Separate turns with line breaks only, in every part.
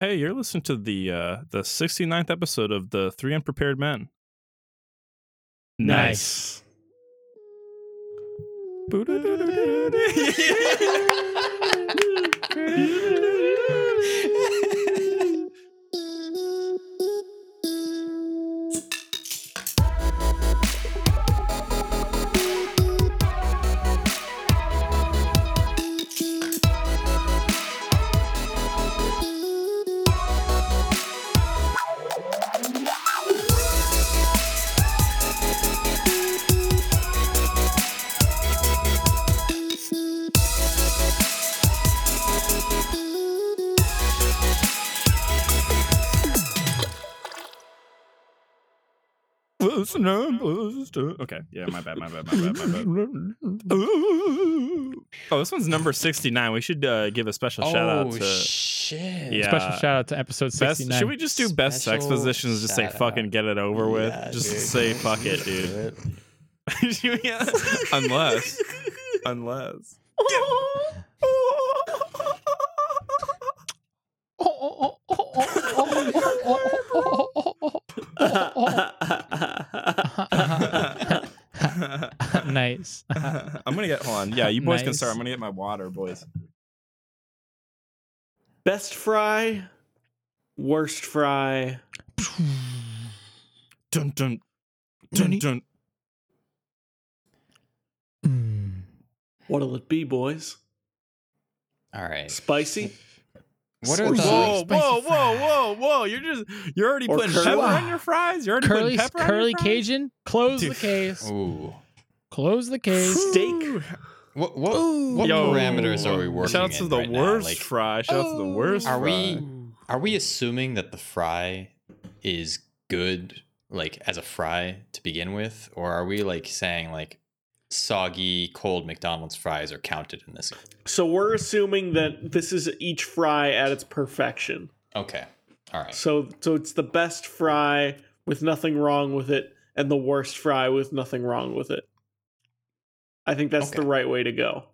Hey, you're listening to the uh the 69th episode of the Three Unprepared Men.
Nice.
Okay, yeah, my bad, my bad, my bad, my bad. Ooh. Oh, this one's number 69. We should uh, give a special shout out
oh
to
shit!
Yeah.
Special shout out to episode
best.
69.
Should we just do best sex
Special
positions? Just say
shout
fucking
out.
get it over with.
Yeah,
just
dude.
say fuck it, dude. Yeah. unless, unless. Oh, oh, oh,
nice.
I'm gonna get hold on. Yeah, you boys can
Nice.
start. I'm gonna get my water, boys.
Best fry, worst fry.
Dun dun dun dun.
Mm.
What'll it be, boys?
All right.
Spicy
What are
Whoa,
the
Whoa,
Spicy
whoa, whoa,
fry.
whoa, whoa! You're just you're already
Or
putting
curly-
pepper on your fries. You're already
Curly,
putting pepper on your
curly
fries?
Cajun, close
Dude. Oh.
the case.
Ooh.
Close the case.
steak.
What what what
Yo.
parameters are we working?
Shout out to
in
the
right now?
worst
Like,
fry. Shout out to the
Oh.
worst.
are
fry.
we are we assuming that the fry is good like as a fry to begin with, or are we like saying like soggy cold McDonald's fries are counted in this?
So we're assuming that this is each fry at its perfection.
Okay. All right.
So so it's the best fry with nothing wrong with it, and the worst fry with nothing wrong with it. I think that's the
Okay.
right way to go.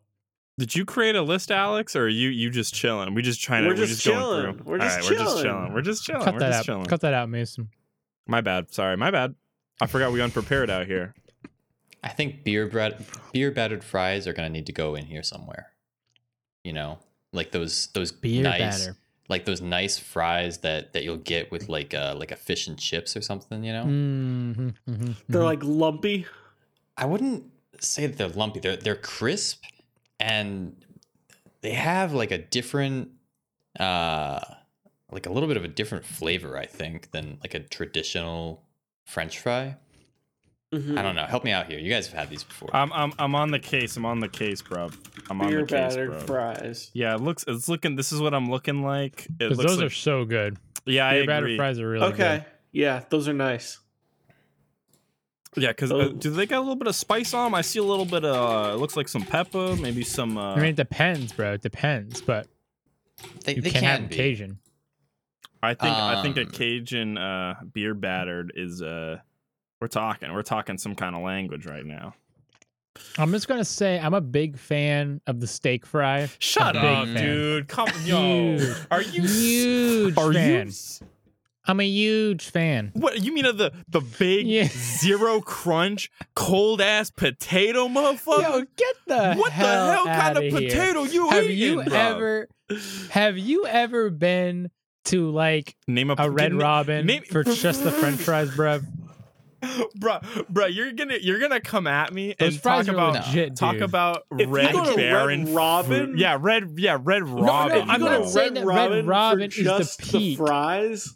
Did you create a list, Alex, or are you you just chilling? We just trying
We're
to. We're
just
just going
chilling.
through.
We're
All
just
right, We're just
chilling.
chilling. We're just chilling.
Cut
we're
that
just
out.
chilling.
Cut that out, Mason.
My bad. Sorry. My bad. I forgot we unprepared out here.
I think beer bread, beer battered fries are gonna need to go in here somewhere. You know, like those those
Beer
nice,
batter.
like those nice fries that that you'll get with like uh like a fish and chips or something. You know,
Mhm, mhm,
They're
mhm.
like lumpy.
I wouldn't say that they're lumpy. They're they're crisp, and they have like a different, uh, like a little bit of a different flavor. I think than like a traditional French fry.
Mm-hmm. Mm.
I don't know. Help me out here. You guys have had these before.
I'm I'm I'm on the case. I'm on the case, bro. I'm on
Beer
the case,
battered
bro.
fries.
Yeah, it looks. It's looking. This is what I'm looking like. It
'Cause
looks
those
like.
are so good.
yeah, I
Beer batter
agree.
fries are really
Okay. Yeah, those are nice.
Yeah, because
Oh.
uh, do they got a little bit of spice on them? I see a little bit of. Uh, it looks like some pepper, maybe some. Uh,
good. I mean, it depends, bro. It depends, but
they
you
they
can
can
have
be.
Cajun.
I think I think a
Um,
Cajun uh, beer battered is uh we're talking we're talking some kind of language right now.
I'm just gonna say I'm a big fan of the steak fry.
Shut
big
up,
fan.
dude. Come yo.
Huge.
Are you s-
Huge
are
fan.
you s-
I'm a huge fan.
What you mean of the the big
Yeah.
zero crunch cold ass potato motherfucker?
get the
what the hell kind
outta
of
here.
potato you
Have
eating,
you
bruv?
ever have you ever been to like
name
a Red
name-
Robin
name-
for just the French fries, bruv?
Bruh, bruh, you're gonna you're gonna come at me
Those
and talk
fries are
about
legit,
talk
dude.
about
If you
Red
go to Red
Baron fruit-
Robin-
Yeah, Red yeah, Red Robin.
no, I'm
bro.
not saying that Red Robin is the peak.
fries.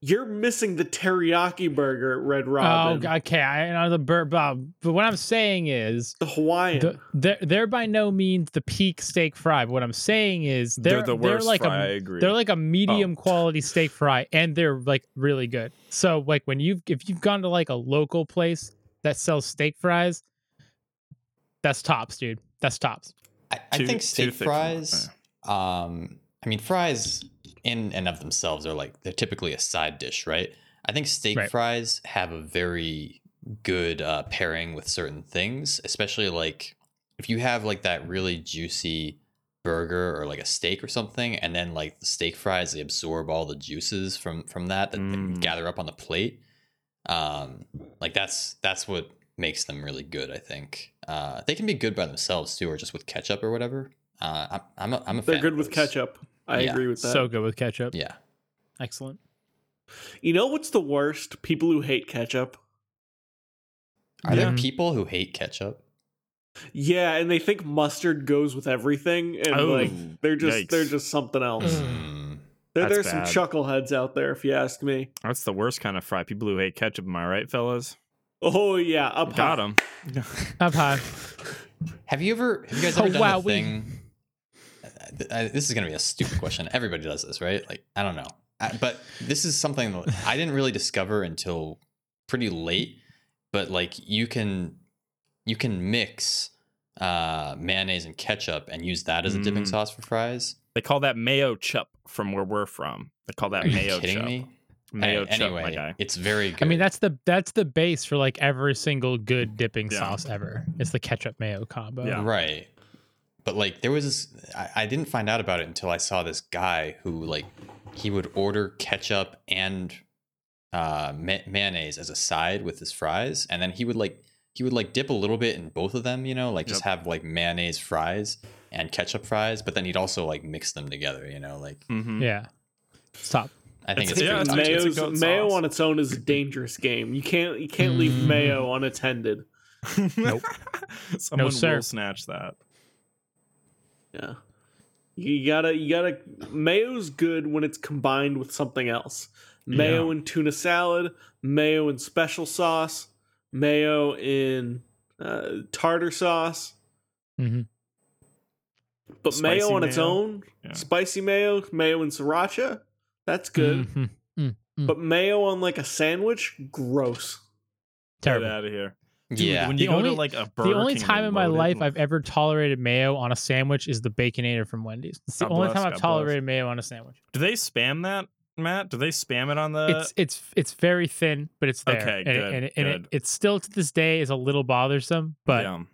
You're missing the teriyaki burger at Red
Oh,
Robin.
okay. I know the bur- but but what I'm saying is
The Hawaiian.
the, they're, they're by no means the peak steak fry. But what I'm saying is they're,
They're the worst
like
fry, I
a,
agree.
They're like a medium quality steak fry, and they're like really good. So like when you have if you've gone to like a local place that sells steak fries, that's tops, dude. That's tops.
I, I
Two-
think
two
steak
thick ones,
fries. Um, I mean, fries in and of themselves are like they're typically a side dish, right? I think steak
Right.
fries have a very good uh, pairing with certain things, especially like if you have like that really juicy burger or like a steak or something, and then like the steak fries, they absorb all the juices from from that that
Mm.
they gather up on the plate. Um, like that's that's what makes them really good. I think uh, they can be good by themselves too, or just with ketchup or whatever. Uh, I'm I'm a, I'm a
They're
fan
good
of
with
those.
ketchup. I
Yeah.
agree with that.
So good with ketchup.
Yeah,
Excellent.
you know what's the worst? People who hate ketchup.
are there
Yeah.
people who hate ketchup?
Yeah, and they think mustard goes with everything, and
Oh,
like they're just
yikes.
they're just something else.
Mm.
there,
That's
there's some
bad.
chuckleheads out there, if you ask me.
That's the worst kind of fry. People who hate ketchup. Am I right, fellas?
Oh yeah, up
Got
high.
them.
Up high.
Have you ever? Have you guys
Oh,
ever done
wow,
the
we-
thing? I, I- this is gonna be a stupid question. Everybody does this, right? Like I don't know, I, but this is something that I didn't really discover until pretty late. But like you can, you can mix uh, mayonnaise and ketchup and use that as a dipping
Mm.
sauce for fries.
They call that mayo chup from where we're from. They call that
Are
mayo
you kidding
chup.
me?
Mayo
A-
chup, my guy.
it's very good.
I mean, that's the that's the base for like every single good dipping
Yeah.
sauce ever. It's the ketchup mayo combo.
Yeah.
Right. But like there was this I, I didn't find out about it until I saw this guy who like he would order ketchup and uh ma- mayonnaise as a side with his fries and then he would like he would like dip a little bit in both of them, you know, like just have like mayonnaise fries and ketchup fries, but then he'd also like mix them together, you know, like
Mhm.
Yeah. Stop.
I
It's-
think it's,
yeah,
pretty
it's
toxic.
amazing.
Mayo's,
goat sauce.
mayo on its own is a dangerous game. You can't you can't leave
Mm.
mayo unattended.
nope. Someone
sir.
will snatch that.
Yeah. You gotta, you gotta. Mayo's good when it's combined with something else. Mayo in tuna salad, mayo in special sauce, mayo in uh, tartar sauce.
Mhm.
But
Spicy
mayo on its
mayo.
own,
Yeah.
spicy mayo, mayo in sriracha, that's good.
Mm-hmm.
Mhm.
But mayo on like a sandwich, gross.
Get
Terrible.
out of here. Dude,
Yeah.
When you
The
go
only-
to like a Burger
The only
King
time
to
in my
load it,
life I've ever tolerated mayo on a sandwich is the Baconator from Wendy's. It's the
God
only
bless,
time I've
God bless.
tolerated mayo on a sandwich.
Do they spam that, Matt? Do they spam it on the?
it's it's it's very thin, but it's there.
Uh, Okay,
and it-
good,
and, it, and it,
good.
it's still to this day is a little bothersome, but
Yum.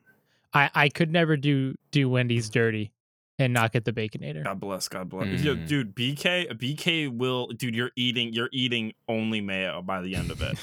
I I could never do do Wendy's dirty and not get the Baconator.
God bless. God bless. Yo,
Mm.
dude, BK, BK will, dude. You're eating. You're eating only mayo by the end of it.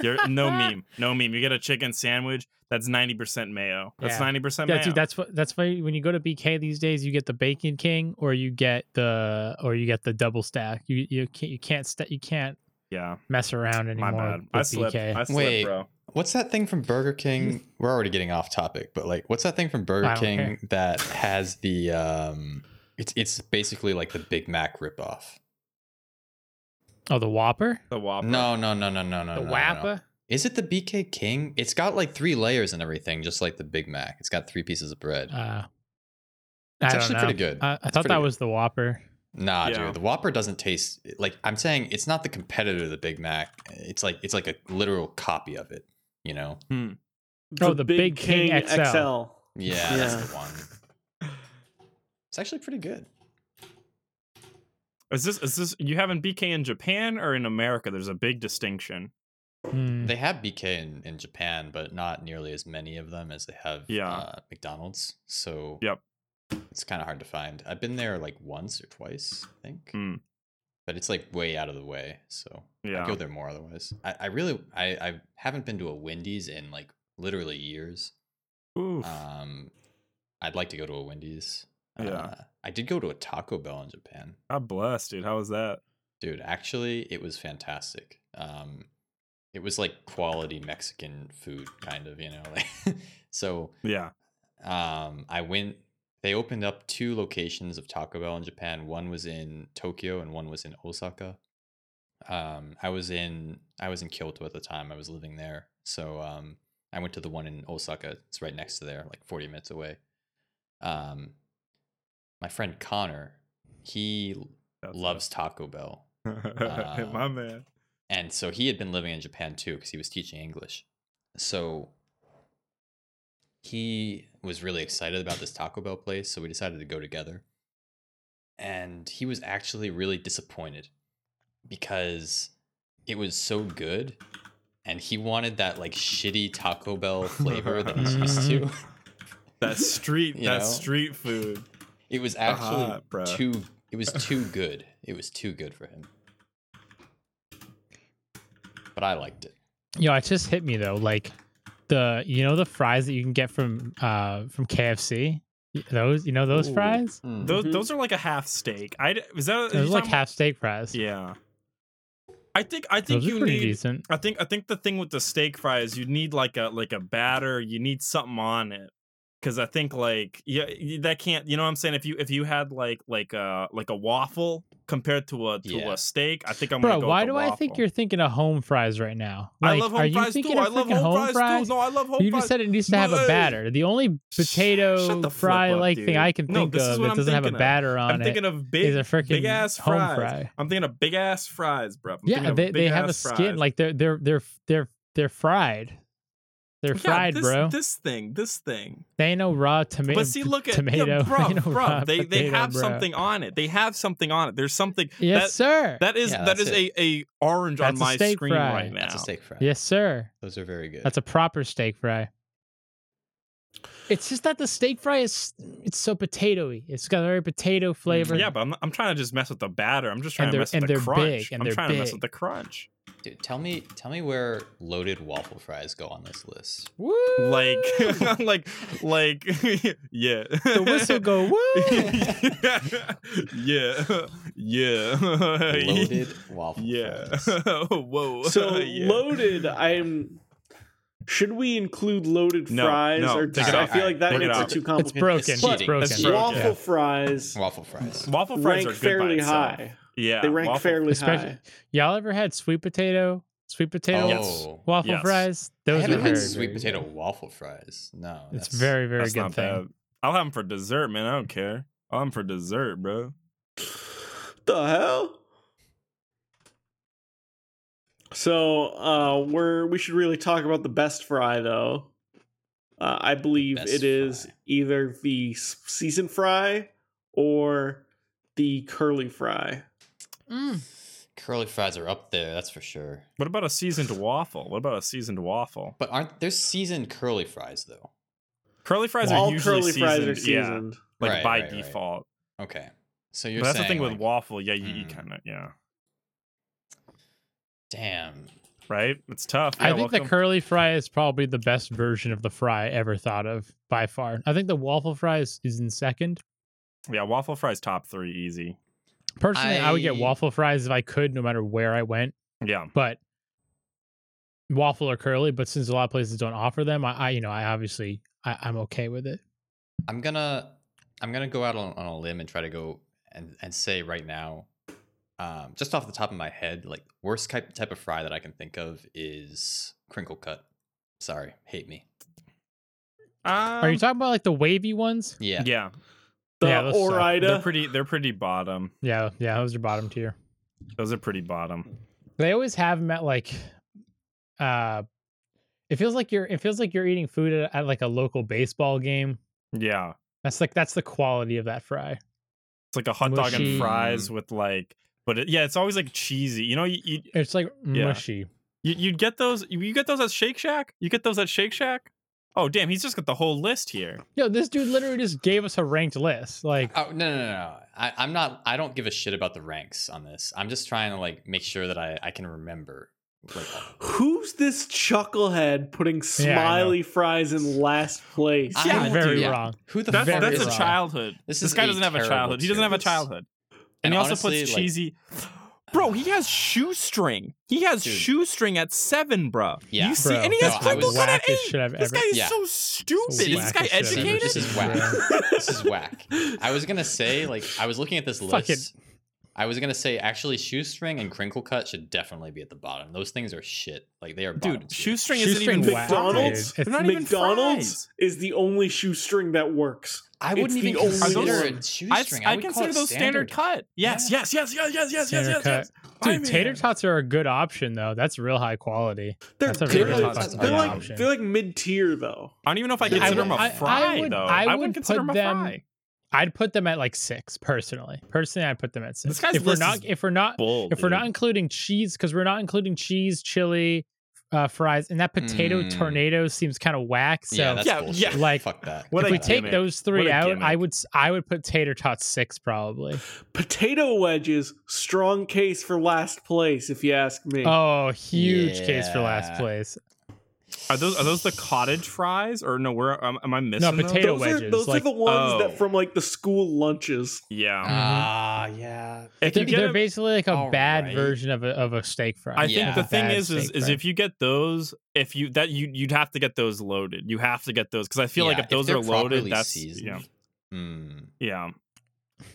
You're no meme. No meme. You get a chicken sandwich. That's ninety percent mayo. That's
Yeah.
ninety percent mayo.
Yeah, dude, that's what that's why when you go to BK these days, you get the Bacon King or you get the or you get the double stack. You you can't you can't st- you can't
yeah.
mess around
My
anymore.
bad.
with
I slipped.
BK.
I slipped,
Wait.
bro.
What's that thing from Burger King? We're already getting off topic, but like, what's that thing from Burger
I don't
King
care.
that has the um? It's it's basically like the Big Mac ripoff.
oh, the Whopper,
The Whopper.
No, no, no, no, no, no.
the
no, no,
Whappa.
No. Is it the BK King? It's got like three layers and everything, just like the Big Mac. It's got three pieces of bread.
Uh,
It's
I don't
actually
know.
pretty good.
I, I thought
pretty
that
good.
was the Whopper.
nah,
yeah.
dude, the Whopper doesn't taste like. I'm saying it's not the competitor to the Big Mac. It's like it's like a literal copy of it. You know?
Oh, the Big King XL.
Yeah,
Yeah.
that's the one. It's actually pretty good.
Is this is this you having BK in Japan or in America? There's a big distinction.
Hmm.
They have BK in, in Japan, but not nearly as many of them as they have
Yeah.
uh, McDonald's. So
Yep.
it's kind of hard to find. I've been there like once or twice, I think,
Mm.
but it's like way out of the way. So I
Yeah.
go there more otherwise. I, I really I, I haven't been to a Wendy's in like literally years.
Oof.
Um, I'd like to go to a Wendy's.
Yeah.
Uh, I did go to a Taco Bell in Japan.
God bless, dude. How was that?
Dude, actually, it was fantastic. Um, it was like quality Mexican food, kind of, you know. Like, so
Yeah.
um, I went. They opened up two locations of Taco Bell in Japan. One was in Tokyo, and one was in Osaka. Um, I was in I was in Kyoto at the time. I was living there, so um, I went to the one in Osaka. It's right next to there, like forty minutes away. Um, my friend Connor, he
That's
loves Taco Bell.
it. my
uh,
man.
And so he had been living in Japan too because he was teaching English. So he was really excited about this Taco Bell place. So we decided to go together. And he was actually really disappointed because it was so good. And he wanted that like shitty Taco Bell flavor that he's used to.
That street.
You
that
know?
street food.
It was actually
Ah, bruh.
too. It was too good. It was too good for him. But I liked it.
Yo, it just hit me though. Like the you know the fries that you can get from uh from KFC. Y- Those you know those
Ooh.
fries.
Mm.
Those
Mhm.
those are like a half steak. I d- is that
Those
you
are like
talking-
half steak fries.
Yeah. I think I think
those are
you
pretty
need.
decent.
I think I think the thing with the steak fries, you need like a like a batter. You need something on it. Cause I think like yeah y- that can't you know what I'm saying if you if you had like like a like a waffle compared to a to
Yeah.
a steak I think I'm
Bro,
gonna go
why
with
do
the
I think
waffle.
you're thinking of home fries right now?
I
Like,
love
are
home
you
fries too
thinking
I
of
love
freaking
home, fries, too no I love home
you
fries
just said it needs to
No,
have a
hey.
batter. The only
shut
potato
the flip
fry
up,
like
dude.
thing I can
No,
think
this is
of
what
that
I'm
doesn't have a
thinking of.
batter
I'm
on it
thinking of
is
big
a freaking
big ass
home
fries
fry.
I'm thinking of big ass fries bro I'm thinking
Yeah,
of
they, they
big
have a
ass
skin
fries.
like they're they're they're they're they're fried. They're
Yeah,
fried,
this,
bro.
This thing, this thing.
They ain't no raw tomato.
But see, look at
tomato.
yeah, bro,
ain't no raw
bro. They they
potato,
have
bro.
something on it. They have something on it. There's something
Yes, sir.
that that is
Yeah,
that is
that's
a, a orange on
That's a
my
steak
screen
fry.
right now.
That's a steak fry.
yes, sir.
Those are very good.
That's a proper steak fry. It's just that the steak fry is it's so potatoey. It's got a very potato flavor.
Yeah, but I'm, I'm trying to just mess with the batter. I'm just trying
And
to
they're-
mess
and
with the
they're
crunch.
big, and
I'm
they're
trying to mess with
big.
the crunch.
Dude, tell me, tell me where loaded waffle fries go on this list.
Woo!
Like like like yeah.
the whistle go woo.
yeah. Yeah.
Loaded waffle
Yeah.
fries.
Whoa.
So
Yeah.
loaded, I'm. Should we include loaded
No,
fries?
no,
or
take
it
I
out.
feel like that
Take it
makes it,
out.
too
It's
complicated.
broken. It's,
cheating.
broken.
That's broken.
Waffle fries
Waffle fries.
Waffle fries
rank
are good by
fairly
itself.
high.
Yeah,
they rank
waffle-
fairly
Especially-
high.
Y'all ever had sweet potato, sweet potato
Yes.
Oh,
waffle
yes.
fries?
I
Those are
haven't had
very,
sweet
very
potato
good.
waffle fries. No,
It's
that's-
very very
That's
good
not
thing.
bad. I'll have them for dessert, man. I don't care. I'll have them for dessert, bro.
The hell? So uh, we're we should really talk about the best fry though. Uh, I believe
best
it is
fry.
either the s- seasoned fry or the curly fry.
curly fries are up there. That's for sure.
What about a seasoned waffle? What about a seasoned waffle?
But aren't there seasoned curly fries though?
Curly fries
All
are usually
curly
seasoned,
fries are
yeah,
seasoned.
like
Right,
by
right, right.
default.
Okay, so you're
But that's the
saying
thing with
like,
waffle. Yeah, you, you
hmm.
Mm.
kind of yeah,
Damn,
right. It's tough.
I
Yeah,
think the
welcome.
curly fry is probably the best version of the fry ever thought of by far. I think the waffle fry is, is in second.
yeah waffle fries top three easy.
Personally, I, would get
I-
waffle fries if I could, no matter where I went.
Yeah,
But waffle or curly, but since a lot of places don't offer them, I, I you know, I obviously I, I'm okay with it.
I'm gonna I'm gonna go out on, on a limb and try to go and and say right now, um, just off the top of my head, like worst type type of fry that I can think of is crinkle cut. Sorry, hate me.
Are
Um,
Um
you talking about like the wavy ones?
Yeah,
Yeah,
The
Yeah, those suck.
they're
Orida.
pretty. They're pretty bottom.
Yeah, yeah, those are bottom tier.
Those are pretty bottom.
They always have them at like, uh, it feels like you're it feels like you're eating food at, at like a local baseball game.
Yeah,
That's like that's the quality of that fry.
it's like a hot dog
Mushy.
and fries with like, but it, yeah, it's always like cheesy. You know, you, you
It's like
Yeah.
mushy.
You you get those you- you get those at Shake Shack? You get those at Shake Shack? Oh damn, he's just got the whole list here.
Yo, this dude literally just gave us a ranked list. Like,
Oh no no no! no. I, I'm not. I don't give a shit about the ranks on this. I'm just trying to like make sure that I I can remember. Like,
Who's this chucklehead putting
I know.
smiley fries in last place?
I
Yeah,
don't-
very wrong.
Who the
That's,
fuck
that's
is
a
wrong.
that?
childhood.
This
This,
is
guy
a
doesn't have a
terrible
childhood. He doesn't have a
service.
childhood.
And
And, he also
honestly,
puts
like-
cheesy Bro, he has shoestring. He has
Dude.
shoestring at seven, bro.
Yeah.
You see,
Bro,
and he
no,
has
I
crinkle
was-
cut at
Wackest
eight.
shit I've
this
ever-
guy is
Yeah.
so stupid. Is this
wackest
guy
shit I've ever
educated?
This is
seen,
whack.
bro.
This is whack. I was gonna say like I was looking at this
Fuck it.
list. I was gonna say actually shoestring and crinkle cut should definitely be at the bottom. Those things are shit. Like they are bottom
Dude,
tier.
shoestring isn't
Shoestring
even
whack,
McDonald's.
dude.
They're not even fries.
McDonald's is the only shoestring that works.
I
It's
wouldn't
the
even
only
consider
one.
it
I,
shoestring. I,
I
would call
consider
it
those standard, cut. Yes, yes, yes, yes, yes, yes, yes,
Standard
yes,
cut.
yes. My
Dude, tater
man.
tots are a good option though. That's real high quality.
They're,
That's a
they're,
really
like,
tough
they're like
option.
they're like mid tier though.
I don't even know if I
Yeah, I
consider
would-
him a
I- I
fry
would-
though.
I
I
would
wouldn't consider
put
him a
them-
fry.
I'd put them at like six personally. Personally, I'd put them at six.
This guy's
if we're
list
not
is
if we're not
Bull,
if we're not
dude.
including cheese because we're not including cheese, chili, uh, fries, and that potato
Mm.
tornado seems kind of whack. So
yeah, that's
Hmm. Yeah,
bullshit.
yeah.
Like,
fuck that.
What
if
a
we take
gimmick.
those three
What a
out, I
gimmick.
would s- I would put tater tot six probably.
Potato wedges, strong case for last place, if you ask me.
Oh, huge case for last
Yeah.
place.
Are those are those the cottage fries or no? Where am, am I missing? those?
potato-
those are
wedges,
those
like-
are the ones
Oh.
that from like the school lunches.
Uh,
Yeah,
Ah, yeah.
if
They're,
you get
they're
them-
basically like a
all
bad
right.
version of a of a steak fry.
I think
Yeah.
the thing
Bad
is, is,
steak
is
fry.
if you get those, if you that you you'd have to get those loaded. You have to get those because I feel like
Yeah,
if those
they're
are loaded,
properly
that's yeah, Hmm.
seasoned. Mm.
yeah.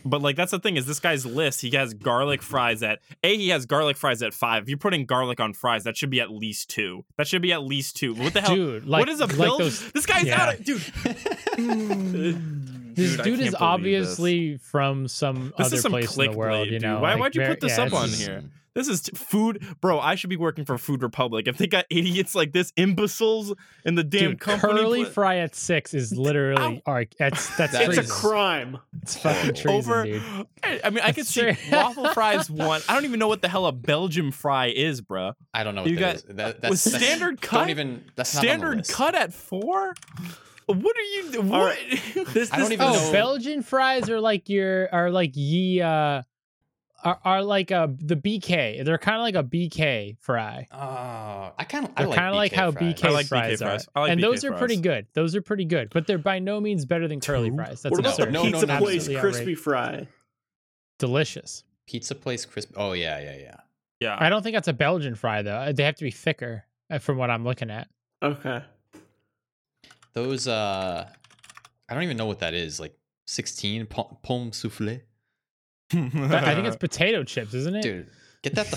But like that's the thing is this guy's list. He has garlic fries at a. He has garlic fries at five. If you're putting garlic on fries, that should be at least two. That should be at least two. What the hell?
dude, like
what is a
like
Belgian?
those-
this guy's
yeah.
out of dude.
Hmm.
Mm.
This
Dude, I
dude
can't
is
believe This.
obviously from some
This is
other
some
place in the world.
clickbait,
you
dude.
know,
Why-
like,
why'd you
very-
put this
yeah,
up
this
on
Hmm.
is-
here. This is t- food, bro. I should be working for Food Republic. If they got idiots like this, imbeciles in the damn
Dude,
company,
curly
pla-
fry at six is literally arc. That's that's
That's
It's a
treason.
crime.
it's fucking treason,
over.
dude.
I, I mean, I could see
Sure.
waffle fries one. I don't even know what the hell a Belgium fry is, bro.
I don't know what
You
you
got-
that is. That, that's,
was
that's-
standard cut-
Don't even. That's not on the
Standard
list.
cut at four. What are you?
All
What?
This,
I don't
this-
even
Oh,
know-
Belgian fries are like your are like ye uh are, are like uh the BK. They're kind of like a BK fry.
Oh, I kind of. I
They're
like
kind of like
BK
how
fries.
BK
I like BK
fries are,
fries. I like
and
BK
those are pretty
fries.
good. Those are pretty good, but they're by no means better than curly
Two?
fries. That's
what about
absurd.
the
No, no,
pizza
no, no.
place
Absolutely
crispy
outrageous.
fry?
Delicious.
Pizza place crisp. Oh yeah, yeah, yeah.
Yeah.
I don't think that's a Belgian fry though. They have to be thicker, uh, from what I'm looking at.
Okay.
Those. Uh, I don't even know what that is. Like sixteen pom- pomme soufflé.
I I think it's potato chips, isn't it?
Dude, get that the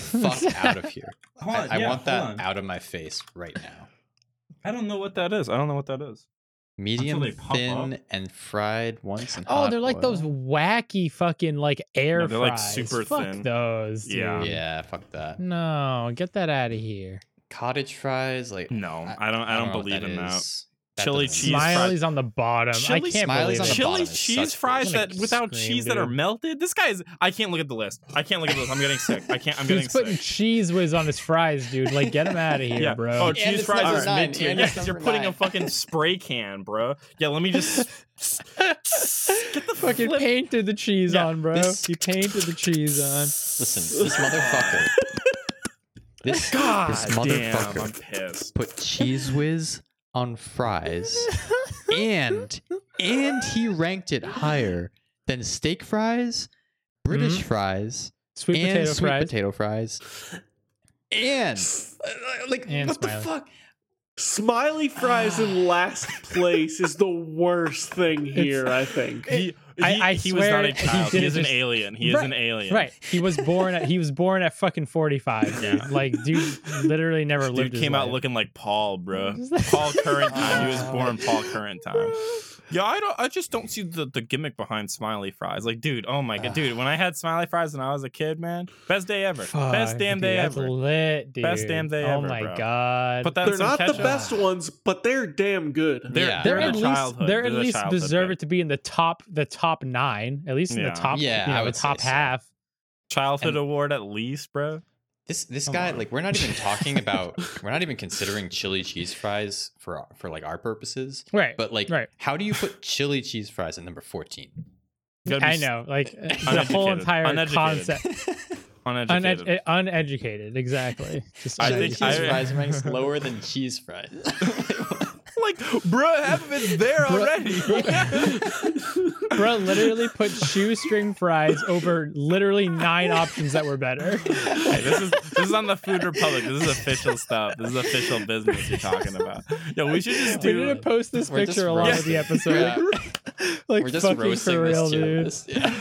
fuck out of here. I, I want that out of my face right now.
I don't know what that is. I don't know what that is.
Medium
they pop
thin
up.
and fried once. In
Oh,
hot
they're like those
oil.
wacky fucking like air
No, they're, like,
fries.
super
Fuck
thin.
those. Dude.
Yeah.
Yeah, fuck that.
No, get that out of here.
Cottage fries, like
No, I don't. I don't, believe in that. Chili
Chili
cheese fries.
Smiley's on the bottom. I
Chili-
can't
Smiley's
believe
on
it.
the
Chili
bottom is
cheese
such
fries
bullshit.
that without
Scream,
cheese that are
dude.
melted. This guy's. I can't look at the list. I can't look at the list. I'm getting sick. I can't. I'm
Dude's
getting
putting
sick.
cheese whiz on his fries, dude. Like, get him out of here,
Yeah.
bro.
Oh,
And
cheese
it's
fries
number
is
nine,
mid tier.
and
Yeah,
it's
'cause you're
number
putting a
nine.
fucking spray can, bro. Yeah, let me just get the
fucking
flip.
painted the cheese
Yeah,
on, bro.
this-
He painted the cheese on.
Listen, this motherfucker. This,
God
this
damn, I'm
motherfucker
pissed.
put cheese whiz on fries, and and he ranked it higher than steak fries, British fries,
Mm-hmm. Sweet
and
potato
sweet
fries.
potato fries, and uh, like
And
what
Smiley.
the fuck?
Smiley fries in last place is the worst thing here, I think.
He,
I-
he-
I
he was not
swear
a child.
he
He is an
didn't just-
alien. He is
Right,
an alien.
Right. He was born at he was born at fucking 45, dude.
Yeah.
Like, dude literally never
Dude
lived his
came out
life.
looking like Paul, bro. Paul current time. He was born Paul current time. Yeah, I don't. I just don't see the, the gimmick behind smiley fries. Like, dude, oh my god, dude. When I had smiley fries when I was a kid, man, best day ever. best
Fuck,
damn
dude,
day
that's
ever.
lit, dude.
Best damn day
oh
ever,
my
bro.
god.
Put that in
They're
some
not the
ketchup.
best ones, but they're damn good.
They're,
Yeah.
they're,
they're at
the
least
childhood.
they're at
the
least
childhood
deserve
pick.
it to be in the top the top nine at least in
Yeah.
the top
Yeah,
you
I
know, the
would say
top
so.
half
Childhood
And-
award at least, bro.
This this
Oh
Come
guy
on.
like we're not even talking about we're not even considering chili cheese fries for for like our purposes.
right
But like,
Right.
how do you put chili cheese fries at number fourteen?
Gotta be
I
s-
know like uh, the whole
Uneducated.
entire
Uneducated.
concept
Uneducated.
uneducated, uneducated exactly just
I
chili
think
cheese
I-
fries ranks lower than cheese fries.
like, bruh, half of it's there
Bruh-
already.
bro literally put shoestring fries over literally nine options that were better
Hey, this is this is on the Food Republic. This is official stuff. This is official business you're talking about. Yo, we should just
we
do.
need to post this
We're just
picture along with the
roasting.
episode
Yeah.
like
We're just
fucking
roasting
for real
this gym.
dude
This- yeah.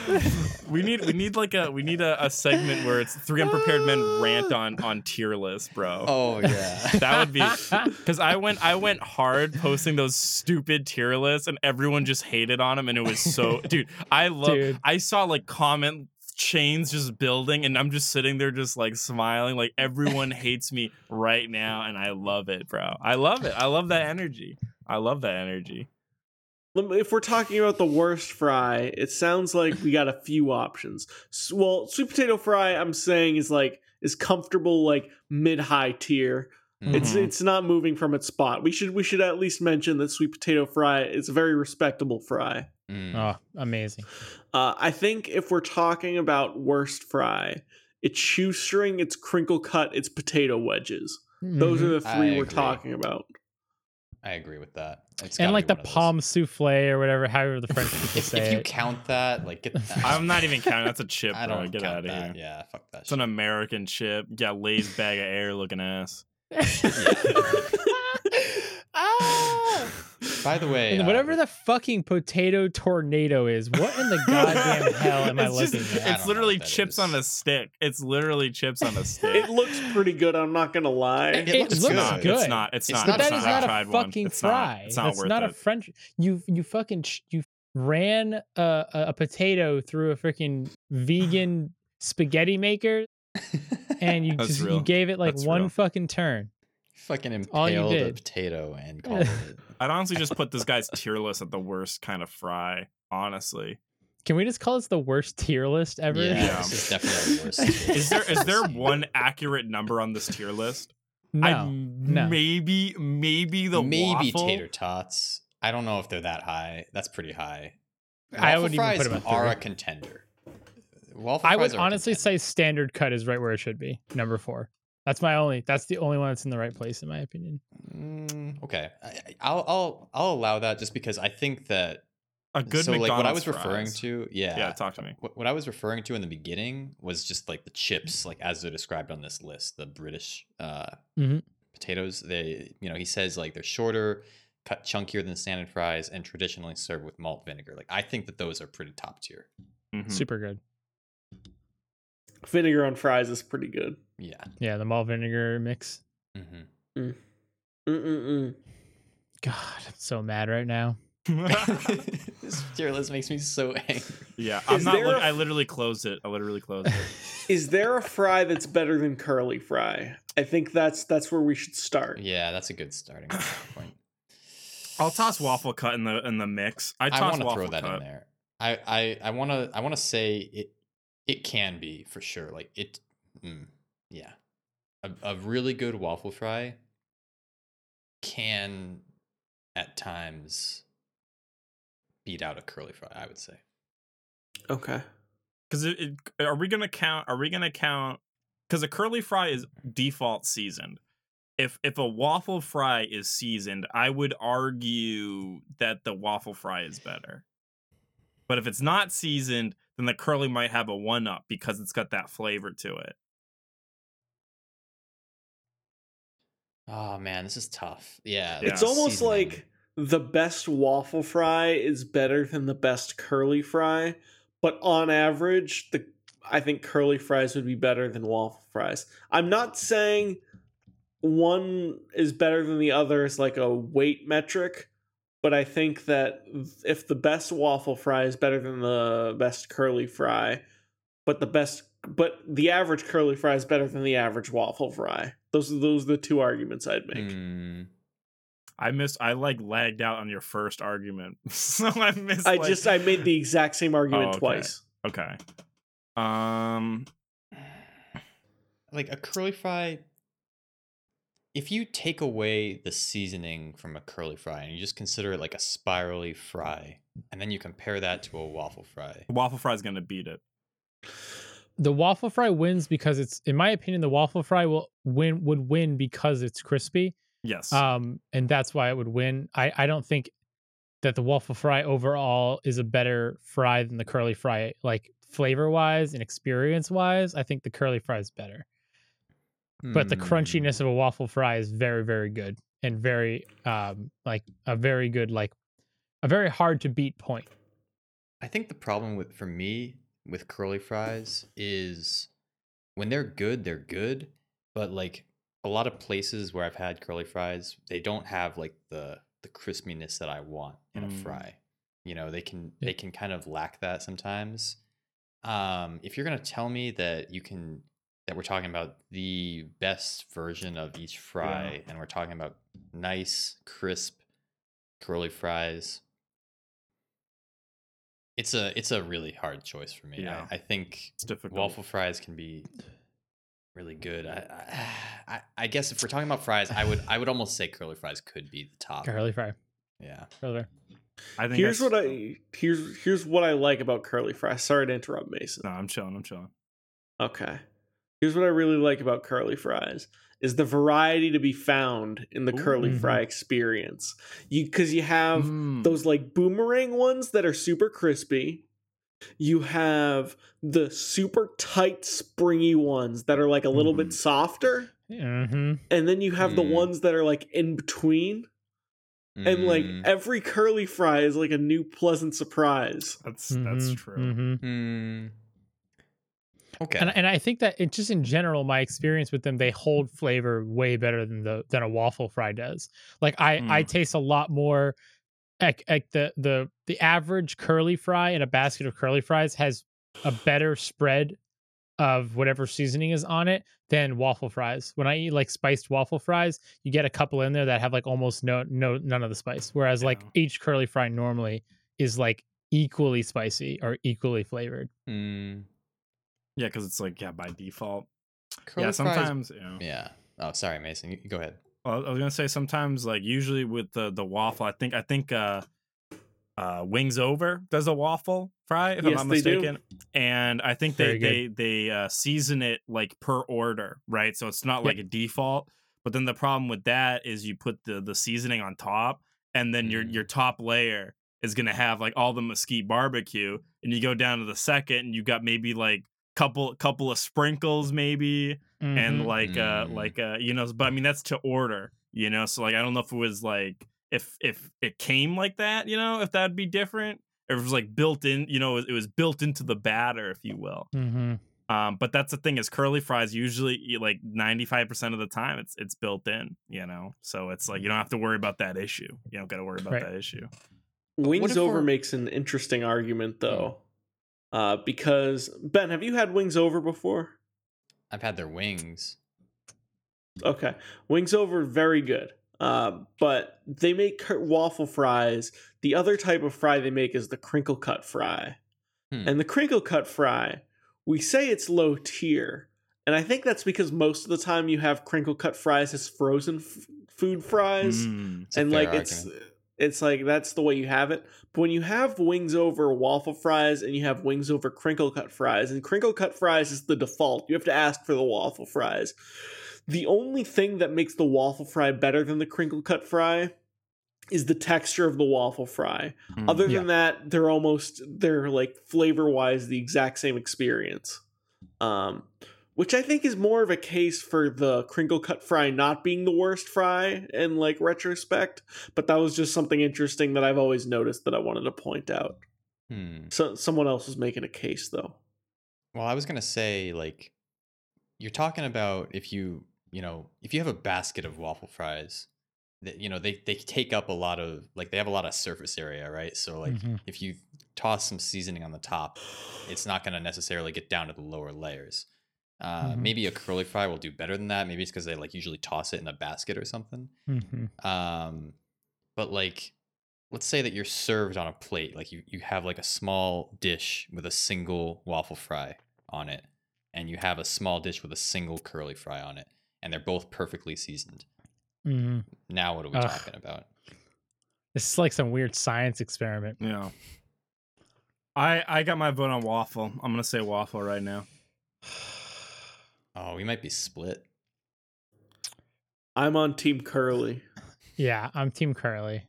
We need we need like a we need a, a segment where it's three unprepared men rant on on tier list, bro.
Oh yeah.
That would be because I went I went hard posting those stupid tier lists and everyone just hated on them and it was so dude I love
Dude.
I saw like comment chains just building and I'm just sitting there just like smiling like everyone hates me right now and I love it bro I love it I love that energy I love that energy
Lem- If we're talking about the worst fry, it sounds like we got a few options. S- Well, sweet potato fry, I'm saying is like is comfortable, like mid high tier. It's
Mm-hmm.
it's not moving from its spot. We should we should at least mention that sweet potato fry is a very respectable fry.
Mm.
Oh, amazing.
Uh, I think if we're talking about worst fry, it's shoestring, it's crinkle cut, it's potato wedges. Those
Mm-hmm.
are the
Mhm.
three
I
we're
agree.
talking about.
I agree with that. It's gotta
and
be
like the
one of those.
palm souffle or whatever, however the French people
If,
say
if you
it.
count that, like get that.
I'm not even counting. That's a chip.
I
bro.
don't
Get
count
out of here.
that. Yeah, fuck that.
It's an American chip. Yeah, Lay's bag of air looking ass.
Ah!
shit. By the way,
And
uh,
whatever the fucking potato tornado is, what in the goddamn hell am I
It's just-
looking at?
I don't
It's
know
literally
what that
chips
is.
on a stick. It's literally chips on a stick.
It looks pretty good. I'm not gonna lie.
It looks
It's not.
good.
It's not. It's
It's
not.
not-
But
it's
that is
not.
not
I tried
a
one.
fucking
It's not.
fry.
It's not
That's
worth
not a
it.
French. You you fucking sh- you ran a, a, a potato through a freaking vegan spaghetti maker, and you
That's
just
real.
you gave it like
That's
one
real.
fucking turn.
fucking
all you
impaled a
did.
potato and called it.
I'd honestly just put this guy's tier list at the worst kind of fry. Honestly,
Can we just call this the worst tier list ever?
Yeah,
Yeah.
this is definitely the worst.
is there is there one accurate number on this tier list?
No.
I,
no.
Maybe maybe the
maybe
waffle?
tater tots? I don't know if they're that high. That's pretty high.
I
Waffle
wouldn't even
fries
put 'em at
are
three.
a contender. Waffle
I
fries
would
are a
honestly
contender.
say standard cut is right where it should be. Number four. That's my only. That's the only one that's in the right place, in my opinion.
Mm, okay, I, I- I'll I'll I'll allow that just because I think that
A good
so
McDonald's
like what I was referring
fries.
to, yeah,
Yeah, talk to me.
What, what I was referring to in the beginning was just like the chips, like as they're described on this list, the British uh,
Mhm.
potatoes. They, you know, he says like they're shorter, cut chunkier than standard fries, and traditionally served with malt vinegar. Like I think that those are pretty top tier.
Mhm.
Super good.
Vinegar on fries is pretty good.
Yeah.
Yeah, the malt vinegar mix.
hmm
Mm-mm-mm.
God, I'm so mad right now.
Mm-hmm.
Mm-hmm. this tier list makes me so angry.
yeah, I'm
Is
not.
there
Look,
a-
I literally closed it. I literally closed it.
Is there a fry that's better than curly fry? I think that's that's where we should start.
Yeah, that's a good starting point.
I'll toss waffle cut in the in the mix. I
I,
toss
want to
waffle
throw that
cut.
in there. I I I want to I want to say it it can be for sure. Like it, mm, yeah, a, a really good waffle fry can at times beat out a curly fry. I would say.
Okay.
Because it, it, are we gonna count? Are we gonna count? Because a curly fry is default seasoned. If if a waffle fry is seasoned, I would argue that the waffle fry is better. But if it's not seasoned, then the curly might have a one up because it's got that flavor to it.
Oh man, this is tough. Yeah,
Yeah.
It's
the
almost
seasoning.
like the best waffle fry is better than the best curly fry, but on average, the I think curly fries would be better than waffle fries. I'm not saying one is better than the other is like a weight metric, but I think that if the best waffle fry is better than the best curly fry, but the best but the average curly fry is better than the average waffle fry. Those are those are the two arguments I'd make.
Mm,
I missed. I like lagged out on your first argument, so I missed.
I
like-
just I made the exact same argument
Oh, okay.
twice.
okay. Um,
like a curly fry if you take away the seasoning from a curly fry and you just consider it like a spirally fry and then you compare that to a waffle fry
waffle fry's gonna beat it.
The waffle fry wins because it's, in my opinion, the waffle fry will win would win because it's crispy.
Yes.
Um, and that's why it would win. I I don't think that the waffle fry overall is a better fry than the curly fry, like flavor wise and experience wise. I think the curly fry is better, but the
Mm.
crunchiness of a waffle fry is very very good and very um like a very good like a very hard to beat point.
i think the problem with for me with curly fries is when they're good they're good but like a lot of places where i've had curly fries they don't have like the the crispiness that i want in a
Mm.
fry you know they can
Yeah.
they can kind of lack that sometimes um, if you're gonna tell me that you can that we're talking about the best version of each fry and we're talking about nice crisp curly fries it's a it's a really hard choice for me I-
Yeah.
I, think
it's difficult.
waffle fries can be really good. I, I I guess if we're talking about fries, I would I would almost say curly fries could be the
Uh,
top.
Curly fry.
Yeah.
Curly fry.
I think
Here's
that's-
what I here's here's what I like about curly fries. Sorry to interrupt, Mason.
No, I'm chilling. I'm chilling.
Okay. Here's what I really like about curly fries is the variety to be found in the
Ooh. Mm.
curly fry experience. You cuz you have those like boomerang ones that are super crispy. You have the super tight springy ones that are like a little
Mhm.
bit softer,
Mm-hmm.
and then you have the
Mm.
ones that are like in between. And like
Mm,
every curly fry is like a new pleasant surprise.
that's that's true.
hmm
mm. hmm. Okay.
And, and I think that it just in general, my experience with them, they hold flavor way better than the than a waffle fry does. Like I I
Mm.
taste a lot more. Like, like the the the average curly fry in a basket of curly fries has a better spread of whatever seasoning is on it than waffle fries. When I eat like spiced waffle fries, you get a couple in there that have like almost no no none of the spice. Whereas like
Yeah.
each curly fry normally is like equally spicy or equally flavored.
Mm,
Yeah, because it's like yeah by default.
curly
yeah,
fries-
sometimes. yeah.
Yeah. Oh, sorry, Mason. You, you go ahead.
Well, I was gonna say sometimes, like usually with the the waffle, I think I think uh, uh, Wings Over does a waffle fry, if I'm
Yes,
not
they do.
mistaken, and I think they
Very
they they uh, season it like per order, right? So it's not like a default. But then the problem with that is you put the the seasoning on top, and then your
Mm.
your top layer is gonna have like all the mesquite barbecue, and you go down to the second, and you got maybe like couple couple of sprinkles, maybe
Mhm.
and like uh
Mm.
like uh you know but i mean that's to order you know so like i don't know if it was like if if it came like that you know if that'd be different if it was like built in you know it was built into the batter if you will
Mhm.
um but that's the thing is curly fries usually you- like 95% of the time it's it's built in you know so it's like you don't have to worry about that issue you don't got to worry about
Right.
that issue
Wings
if
Over
we're-
makes an interesting argument though. Uh, because Ben, have you had Wings Over before?
I've had their wings.
Okay. Wings Over, very good. Uh, but they make cur- waffle fries. The other type of fry they make is the crinkle cut fry.
Hmm.
And the crinkle cut fry, we say it's low tier. And I think that's because most of the time you have crinkle cut fries as frozen f- food fries.
Mm.
It's a
and
fair
like it's
argument.
it's like that's the way you have it. But when you have wings over waffle fries and you have wings over crinkle cut fries, and crinkle cut fries is the default. You have to ask for the waffle fries. The only thing that makes the waffle fry better than the crinkle cut fry is the texture of the waffle fry.
mm.
Other
Mm-hmm. Yeah.
than that, they're almost they're like flavor wise the exact same experience. Um which I think is more of a case for the crinkle cut fry not being the worst fry in like retrospect, but that was just something interesting that I've always noticed that I wanted to point out.
Hmm.
So someone else was making a case though.
Well, I was gonna say like, you're talking about if you you know if you have a basket of waffle fries, that you know they they take up a lot of like they have a lot of surface area, right? So like
Mhm.
if you toss some seasoning on the top, it's not gonna necessarily get down to the lower layers. Uh,
Mhm.
Maybe a curly fry will do better than that. Maybe it's because they like usually toss it in a basket or something.
Mhm.
Um, but like, let's say that you're served on a plate. Like you, you have like a small dish with a single waffle fry on it, and you have a small dish with a single curly fry on it, and they're both perfectly seasoned.
Mm-hmm.
Now what are we
Ugh.
talking about?
This is like some weird science experiment.
yeah i i got my vote on waffle i'm gonna say waffle right now
Oh, we might be split.
I'm on team curly.
Yeah, I'm Team Curly.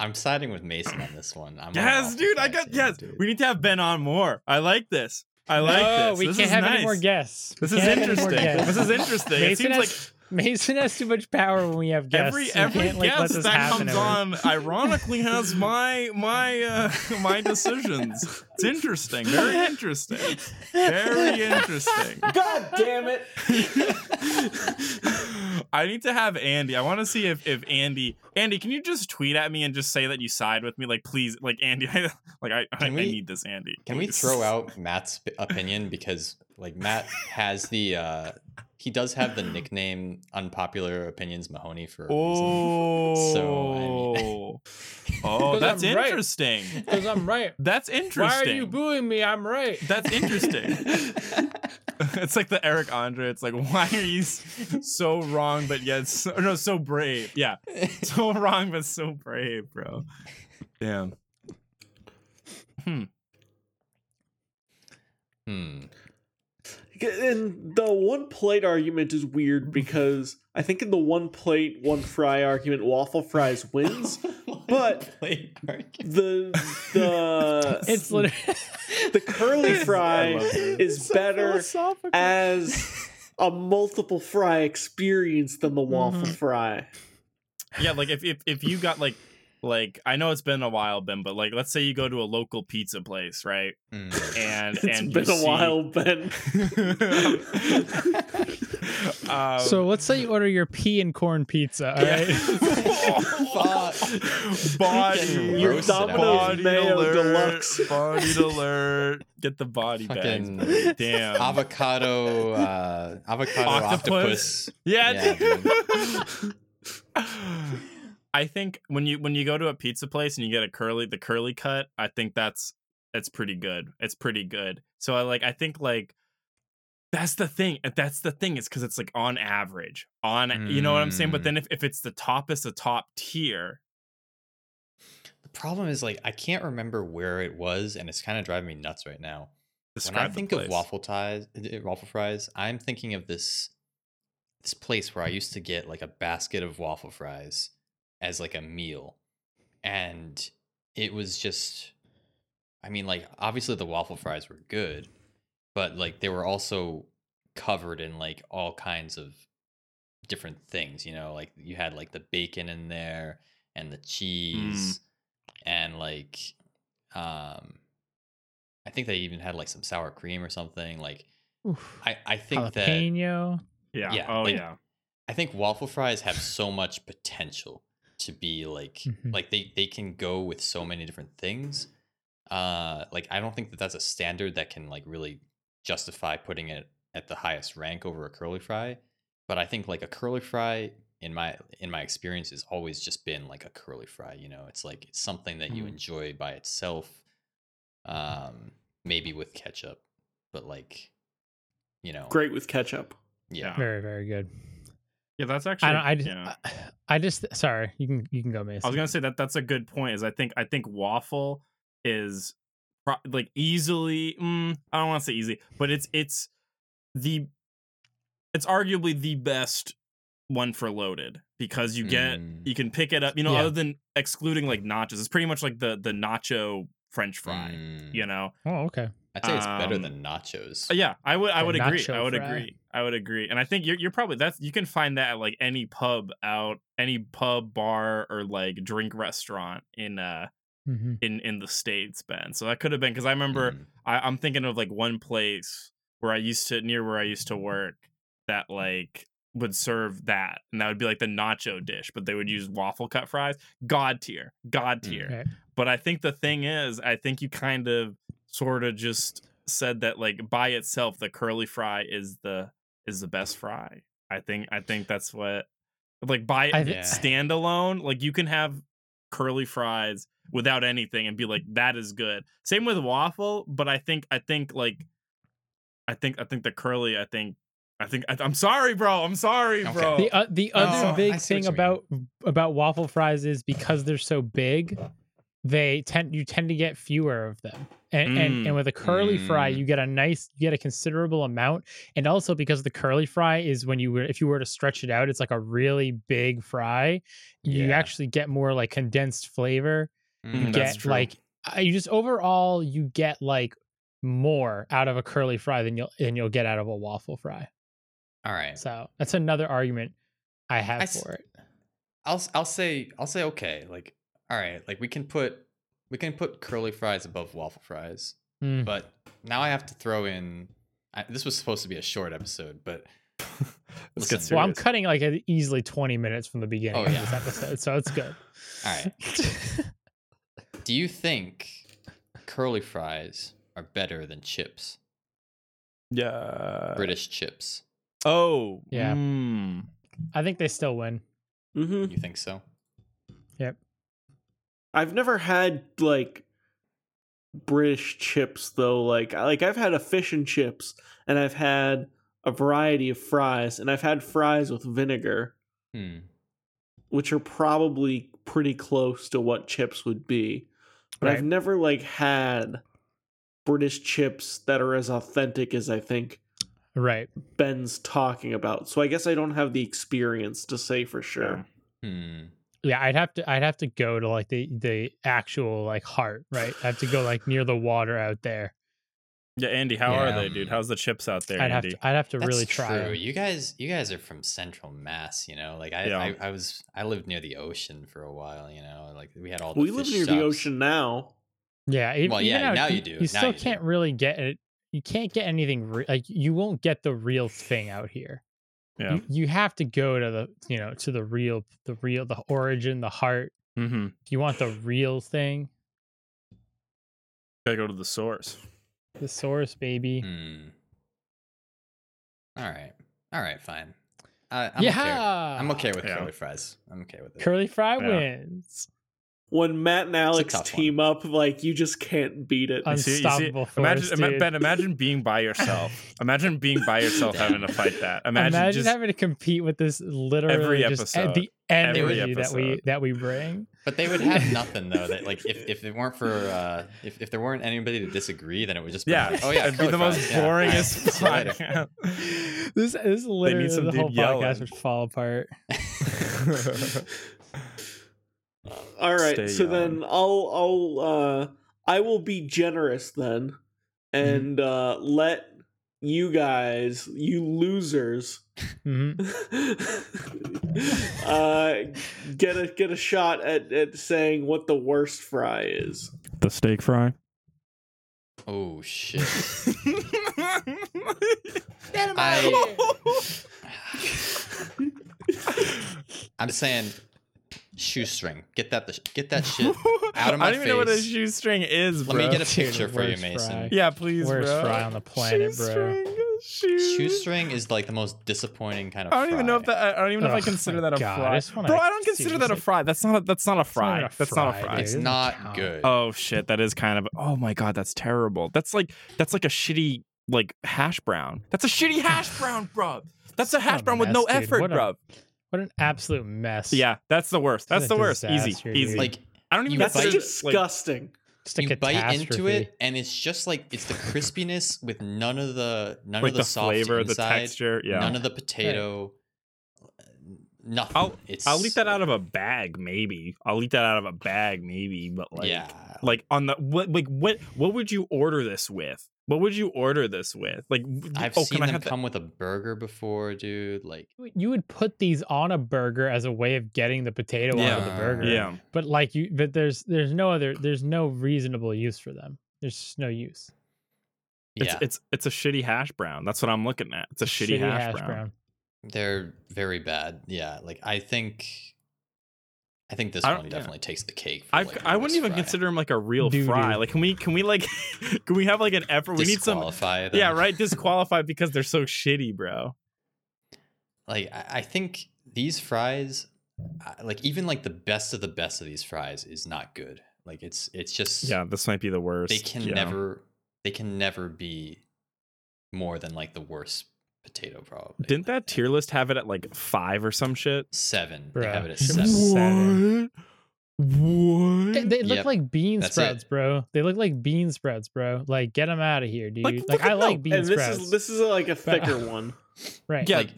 I'm siding with Mason on this one. I'm on
Yes,
waffle
dude. I
fries
got
here,
yes.
dude.
We need to have Ben on more. I like this. I like
no,
this.
Oh, we
This
can't
is
have
nice.
any more guests.
This
We
is
can't have any more
interesting.
guests.
This is interesting. It
Mason
seems like
has, Mason has too much power when we have guests.
every
We
every
can't, like, let
guest
this
that
happen
comes
every-
on, ironically, has my my uh, my decisions. It's interesting. Very interesting. Very interesting.
God damn it!
I need to have Andy. I want to see if, if Andy Andy, can you just tweet at me and just say that you side with me? Like please, like Andy, I, like I, I,
Can we-
I need this Andy.
Can we
please.
throw out Matt's p- opinion because like Matt has the uh he does have the nickname "Unpopular Opinions Mahoney" for a
Oh,
So, I
oh,
Because
that's
I'm right.
interesting.
Because I'm right.
That's
Why are
interesting.
you booing me? I'm right.
that's interesting.
reason.
it's like the Eric Andre. It's like, why are you s- so wrong, but yet so, or no, so brave? Yeah, so wrong but so brave, bro. Damn.
hmm.
And the one plate argument is weird because I think in the one plate, one fry argument, waffle fries wins. But-
Plate argument.
The the
It's literally
the curly fry
love this.
is better as a multiple fry experience than the waffle
Mhm.
fry.
Yeah, like if if if you got like like I know it's been a while, Ben, but like let's say you go to a local pizza place, right?
Hmm.
And
It's
and
been
you
a
see-
while, Ben.
um,
so. Let's say you order your pea and corn pizza. All right.
Um, Fuck.
Getting
body,
Your
roasted out.
Domino's Mayo
alert,
Deluxe.
body alert. Get the body bags,
Fucking
buddy. Damn.
avocado, uh, avocado
Octopus?
octopus.
yeah.
Yeah,
dude. I think when you when you go to a pizza place and you get a curly the curly cut, I think that's that's pretty good. It's pretty good. So I like I think like that's the thing. That's the thing is because it's like on average on you know what I'm saying. But
Mm.
then if, if it's the top is the top tier,
The problem is like I can't remember where it was, and it's kind of driving me nuts right now.
describe
when I
the
think
place.
of waffle ties, uh, waffle fries, I'm thinking of this this place where I used to get like a basket of waffle fries as like a meal, and it was just, I mean, like obviously the waffle fries were good, but like they were also covered in like all kinds of different things. You know, like you had like the bacon in there and the cheese and like um I think they even had like some sour cream or something. Like
Oof.
I, I think that
Jalapeno.
Yeah.
yeah,
oh
like-
yeah.
I think waffle fries have so much potential to be like
Mhm.
like they they can go with so many different things. Uh, like I don't think that that's a standard that can like really justify putting it at the highest rank over a curly fry. But I think like a curly fry in my in my experience has always just been like a curly fry. You know, it's like it's something that you
Mm.
enjoy by itself. Um, maybe with ketchup, but like, you know,
Great with ketchup.
yeah.
Very very good.
Yeah, that's actually.
I don't. I just.
yeah.
I, I just. Sorry. You can. You can go, Mason.
I was gonna say that that's a good point. Is I think I think waffle is pro- like easily. Mm, I don't want to say easy, but it's it's the it's arguably the best one for loaded because you get
Mm.
you can pick it up. You know,
Yeah.
other than excluding like nachos, it's pretty much like the the nacho French fry.
Mm.
You know,
Oh okay.
I'd say it's better
Um,
than nachos.
Uh, Yeah, I would. I
The
would agree.
nacho
I would
fry.
agree. I would agree. And I think you're you're probably that's you can find that at like any pub out, any pub bar or like drink restaurant in uh
hmm
in in the states, Ben. So that could have been because I remember
Mm.
I, I'm thinking of like one place where I used to near where I used to work that like would serve that and that would be like the nacho dish but they would use waffle cut fries god tier god
Mm.
tier
Right.
but i think the thing is i think you kind of sort of just said that like by itself the curly fry is the is the best fry i think i think that's what like by
I
thi-
standalone like you can have curly fries without anything and be like that is good same with waffle but i think i think like i think i think the curly i think i think I, i'm sorry bro i'm sorry
Okay.
bro
The uh, the
Oh,
other
I
big
see what
thing
you mean.
about about waffle fries is because they're so big, they tend you tend to get fewer of them. And and, and with a curly fry,
Mm.
you get a nice you get a considerable amount. And also because the curly fry is when you were if you were to stretch it out, it's like a really big fry. You
Yeah.
actually get more like condensed flavor. You
Mm, that's
get
true.
like I- you just overall you get like more out of a curly fry than you'll than you'll get out of a waffle fry.
All right.
So that's another argument I have
I s-
for it.
I'll s- I'll say I'll say okay. Like all right. Like we can put we can put curly fries above waffle fries,
Mm.
but now I have to throw in. I, this was supposed to be a short episode, but
Let's get
listen,
Well, I'm
serious.
cutting like a- easily 20 minutes from the beginning
Oh,
of
yeah.
this episode, so it's good.
All right. do you think curly fries are better than chips?
yeah
British chips.
Oh,
Yeah.
mm.
I think they still win.
Mm-hmm.
You think so?
I've never had like British chips though. Like like I've had a fish and chips, and I've had a variety of fries, and I've had fries with vinegar,
Hmm.
which are probably pretty close to what chips would be. But I've
Right.
never like had British chips that are as authentic as I think
Right.
Ben's talking about. So I guess I don't have the experience to say for sure.
Hmm.
Yeah, I'd have to I'd have to go to like the the actual like heart, right? I have to go like near the water out there.
yeah, Andy, how
Yeah.
are they, dude? How's the chips out there,
I'd have
Andy?
to I'd have to
That's
really try.
True.
'em.
You guys, you guys are from Central Mass. You know, like I,
Yeah.
I, I was, I lived near the ocean for a while. You know, like we had all. The
We live
fish
near the
shops.
ocean now.
Yeah. e-
Well,
even
yeah,
out-
now you do.
You
Now
still
you do.
can't really get it. You can't get anything re- like you won't get the real thing out here.
yeah.
You, you have to go to the you know to the real the real the origin the heart.
Mm-hmm.
If you want the real thing,
Gotta go to the source.
the source, baby.
Hmm. All right. All right. Fine. I, I'm
yeah.
Okay. I'm okay with
Yeah.
curly fries. I'm okay with it.
Curly fry
Yeah.
wins.
when Matt and Alex
tough
team up, like you just can't beat it.
Un-
You see- you see-
Unstoppable
imagine,
force,
ima-
dude.
Ben, imagine being by yourself. imagine being by yourself having to fight that. Imagine,
Imagine,
just
having to compete with this literally
Every
just at
episode.
the
Every
energy that we
episode.
that we bring.
But they would have nothing though. That like if, if it weren't for uh, if, if there weren't anybody to disagree, then it would just be
yeah,
Like, oh yeah,
it'd be
curly
the most
fries, yeah.
boringest
See you later.
podcast.
This this literally
some
the
deep
whole
yelling.
podcast would fall apart.
All right,
Stay
so then
young.
I'll I'll uh I will be generous then
Mm-hmm.
and uh let you guys, you losers,
hmm
Mm-hmm.
uh get a get a shot at, at saying what the worst fry is.
the steak fry.
Oh shit. I'm saying shoestring. Get that the, get that shit. Out of my
I don't even know what a
face.
shoestring is,
Let
bro.
me get a
Dude,
picture for you,
worst fry.
Mason.
yeah, please,
Worst
bro.
fry on the planet, bro.
Shoestring, shoe-
Shoestring is like the most disappointing kind of.
I don't even know if
fry.
that. I don't even know if I
Ugh,
consider
my
that a
God,
fry,
I just wanna
bro. I don't consider that a
seriously-
fry. That's not. A, that's not a
not
fry.
a
that's not a
fry,
fry.
dude.
It's
doesn't
not
count.
good.
Oh shit, that is kind of oh my god, that's terrible. That's like that's like a shitty like hash brown. That's a shitty hash brown, bruv. That's a
What a
hash brown with no
mess, dude.
effort,
What a-
bruv.
What an absolute mess.
Yeah, that's the worst.
That's
That's
a
the worst. Easy,
disaster,
easy.
dude.
Like
Like
I don't even
you
That's
consider- like,
disgusting.
Just a
you bite into
catastrophe.
it, and it's just like it's the crispiness with none of the none
like
of
the,
soft
flavor, the
inside,
texture. Yeah,
none of the potato, nothing.
I'll-
it's
I'll eat that out of a bag, maybe. I'll eat that out of a bag, maybe. But like,
yeah,
like on the what, like what, what would you order this with? What would you order this with? Like, w-
I've
oh,
seen
can I
them
have that?
come with a burger before, dude. Like
You would- You would put these on a burger as a way of getting the potato out of the
Yeah.
burger.
Yeah,
But like you, but there's there's no other there's no reasonable use for them. There's just no use.
yeah,
it's it's it's a shitty hash brown. That's what I'm looking at. It's a shitty, hash, brown.
they're very bad. Yeah, like I think, I think this
I
one
don't- yeah.
takes takes the cake. For,
I've,
like,
I wouldn't
worst
even
fry.
consider him like a real
Doo-doo.
fry. Like, can we can we like can we have like an effort? We need some.
Disqualify
Yeah,
them.
right. Disqualified because they're so shitty, bro.
like I, I think these fries, I- like even like the best of the best of these fries is not good. Like it's it's just
Yeah, this might be the worst.
they can
Yeah.
never they can never be more than like the worst potato probably.
Didn't that tier list have it at like five or some shit?
seven? They
Bruh.
have it at
Should we-
seven.
Seven.
What? What?
They, they look
Yep.
like bean
That's it.
sprouts, bro. They look like bean sprouts, bro. Like get them out of here, dude.
Like,
Like,
look
I
at
like
them.
bean
and this
sprouts.
is this is like a thicker one.
right.
Yeah.
Like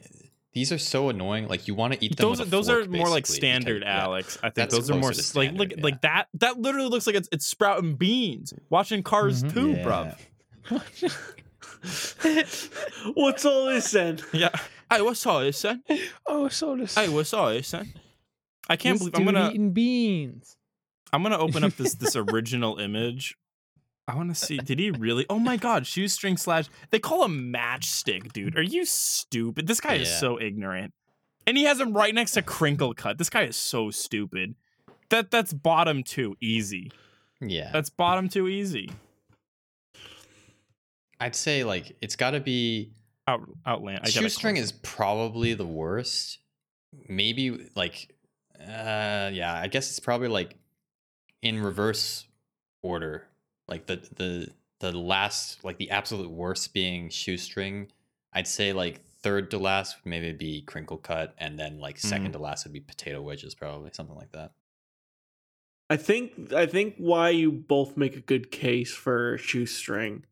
these are so annoying. Like you want to eat them.
those
with a
those are
fork,
more like
basically, because-
standard,
yeah.
Alex. I think
That's
those are more
closer to
s- like look
standard,
like that. That literally looks like it's, it's sprouting beans. Watching Cars
Mhm.
Two,
Yeah.
bruv.
What's all this then?
Yeah. Hey, what's all this, son?
oh, so this.
Hey, what's all this, son? I can't
this
believe I'm
dude
gonna
eating beans.
I'm gonna open up this this original image. I want to see. Did he really? Oh my God! Shoestring slash. They call him matchstick, dude. Are you stupid? This guy is
Yeah.
so ignorant, and he has him right next to crinkle cut. This guy is so stupid. That that's bottom two easy.
Yeah,
That's bottom two easy.
I'd say like it's got to be
out outland. I gotta
Shoestring
close.
is probably the worst. Maybe like, uh, yeah, I guess it's probably like in reverse order. Like the the the last, like the absolute worst being shoestring. I'd say like third to last would maybe be crinkle cut, and then like 2nd
Mm-hmm.
to last would be potato wedges, probably something like that.
I think I think why you both make a good case for shoestring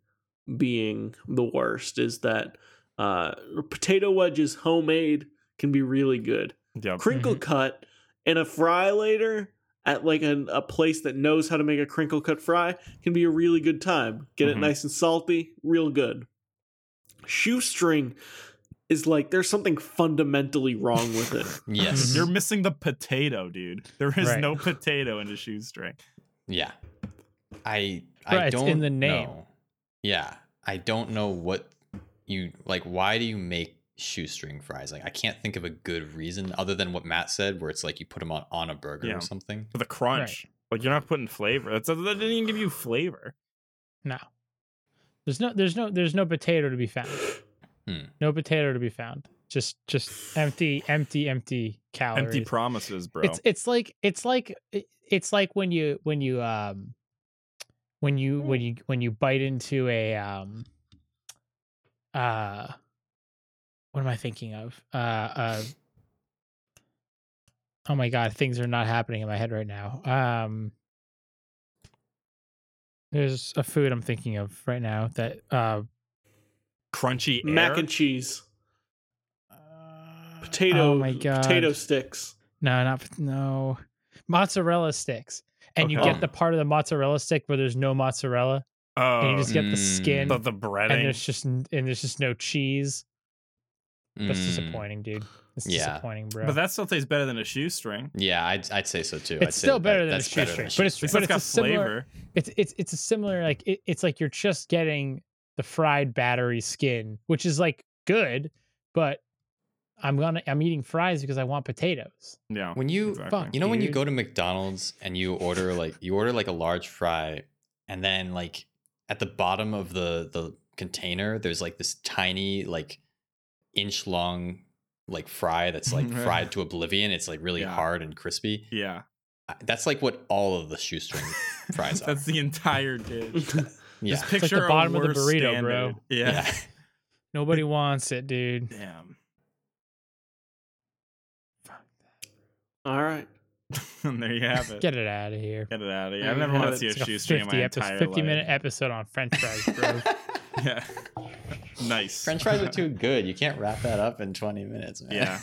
being the worst is that uh, potato wedges homemade can be really good.
Yep.
Crinkle
Mm-hmm.
cut and a fry later at like a, a place that knows how to make a crinkle cut fry can be a really good time. Get
Mm-hmm.
Mhm.
it nice and salty, real good. Shoestring is like there's something fundamentally wrong with it.
Yes. Mm-hmm.
You're missing the potato, dude. There is
Right.
no potato in a shoestring.
Yeah. I
Right,
I
it's
don't
in the name.
know. Yeah. I don't know what you like why do you make shoestring fries? Like I can't think of a good reason other than what Matt said where it's like you put them on, on a burger
Yeah.
or something.
For the crunch. Like you're not putting flavor. That's, that didn't even give you flavor.
No. There's no there's no there's no potato to be found.
Hmm.
No potato to be found. Just just empty empty empty calories.
Empty promises, bro.
It's it's like it's like it- it's like when you when you um when you when you when you bite into a um uh what am I thinking of? Uh uh Oh my god, things are not happening in my head right now. Um There's a food I'm thinking of right now that uh
Crunchy air.
Mac and cheese, potato,
oh my god.
potato sticks.
No, not pot- no. Mozzarella sticks. And you
Okay.
get the part of the mozzarella stick where there's no mozzarella.
oh,
and you just get the
Mm.
skin
the, the
and
breading.
there's just n- and there's just no cheese. That's
Mm.
disappointing, dude. It's
Yeah.
disappointing, bro.
But that still tastes better than a shoestring.
Yeah, I'd, I'd say so too. I'd
it's
say
still
that-
better than a
that's better
shoestring, but
a
it's
But
shoestring.
it's
but it's
got
a similar.
flavor.
It's it's it's a similar like it, it's like you're just getting the fried battery skin, which is like good, but I'm gonna I'm eating fries because I want potatoes.
Yeah.
when you
exactly.
fuck,
You know when you
dude.
go to McDonald's and you order like you order like a large fry and then like at the bottom of the the container there's like this tiny like inch long like fry that's like
Right.
fried to oblivion it's like really
Yeah.
hard and crispy
Yeah.
I- that's like what all of the shoestring fries are
That's the entire dish.
yeah
Just
like the
picture a
bottom of the
worse
burrito, bro.
standard. Yeah.
yeah
Nobody wants it, dude.
Damn.
All right.
and there you have it.
Get it out of here.
Get it out of here.
There
I've
you
never
have
wanted to see
it.
a
It's like
shoestring in my
50
entire
episode, 50
life.
minute episode on French fries, bro.
Yeah. nice.
french fries are too good you can't wrap that up in 20 minutes man
Yeah.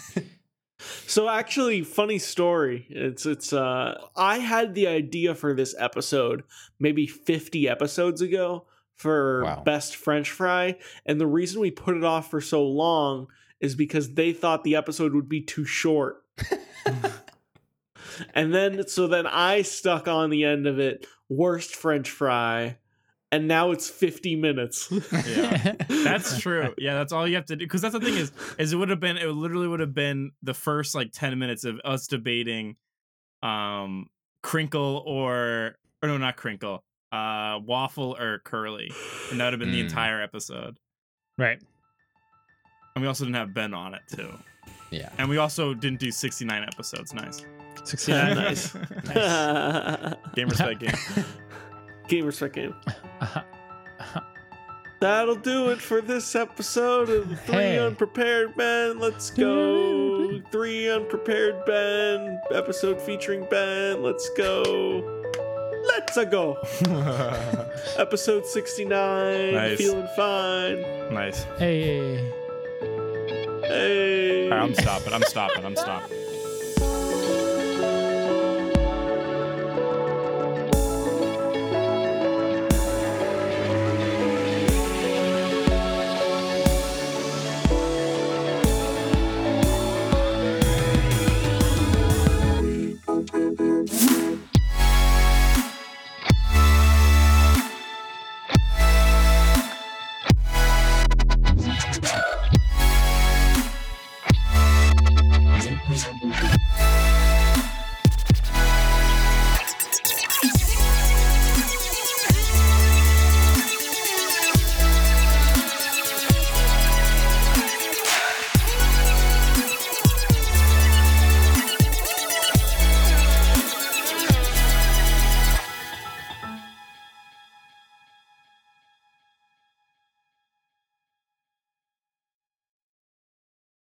So actually, funny story. It's it's uh I had the idea for this episode maybe 50 episodes ago for
Wow.
best French fry. And the reason we put it off for so long is because they thought the episode would be too short. and then so then I stuck on the end of it, worst French fry, and now it's 50 minutes.
Yeah. That's true. Yeah, that's all you have to do. Because that's the thing is, is it would have been, it literally would have been the first like ten minutes of us debating, um, crinkle or or no, not crinkle, uh, waffle or curly, and that would have been the
Mm.
entire episode.
right.
And we also didn't have Ben on it too,
yeah
and we also didn't do sixty nine episodes. Nice,
69
Nice.
game respect game.
game respect game.
Uh-huh.
That'll do it for this episode of the Three
Hey.
Unprepared Men. Let's go. Three Unprepared Men episode featuring Ben. Let's go. Let's go. Episode 69.
Nice.
Feeling fine.
nice.
Hey.
All
Hey.
right, I'm stopping. I'm stopping. I'm stopping.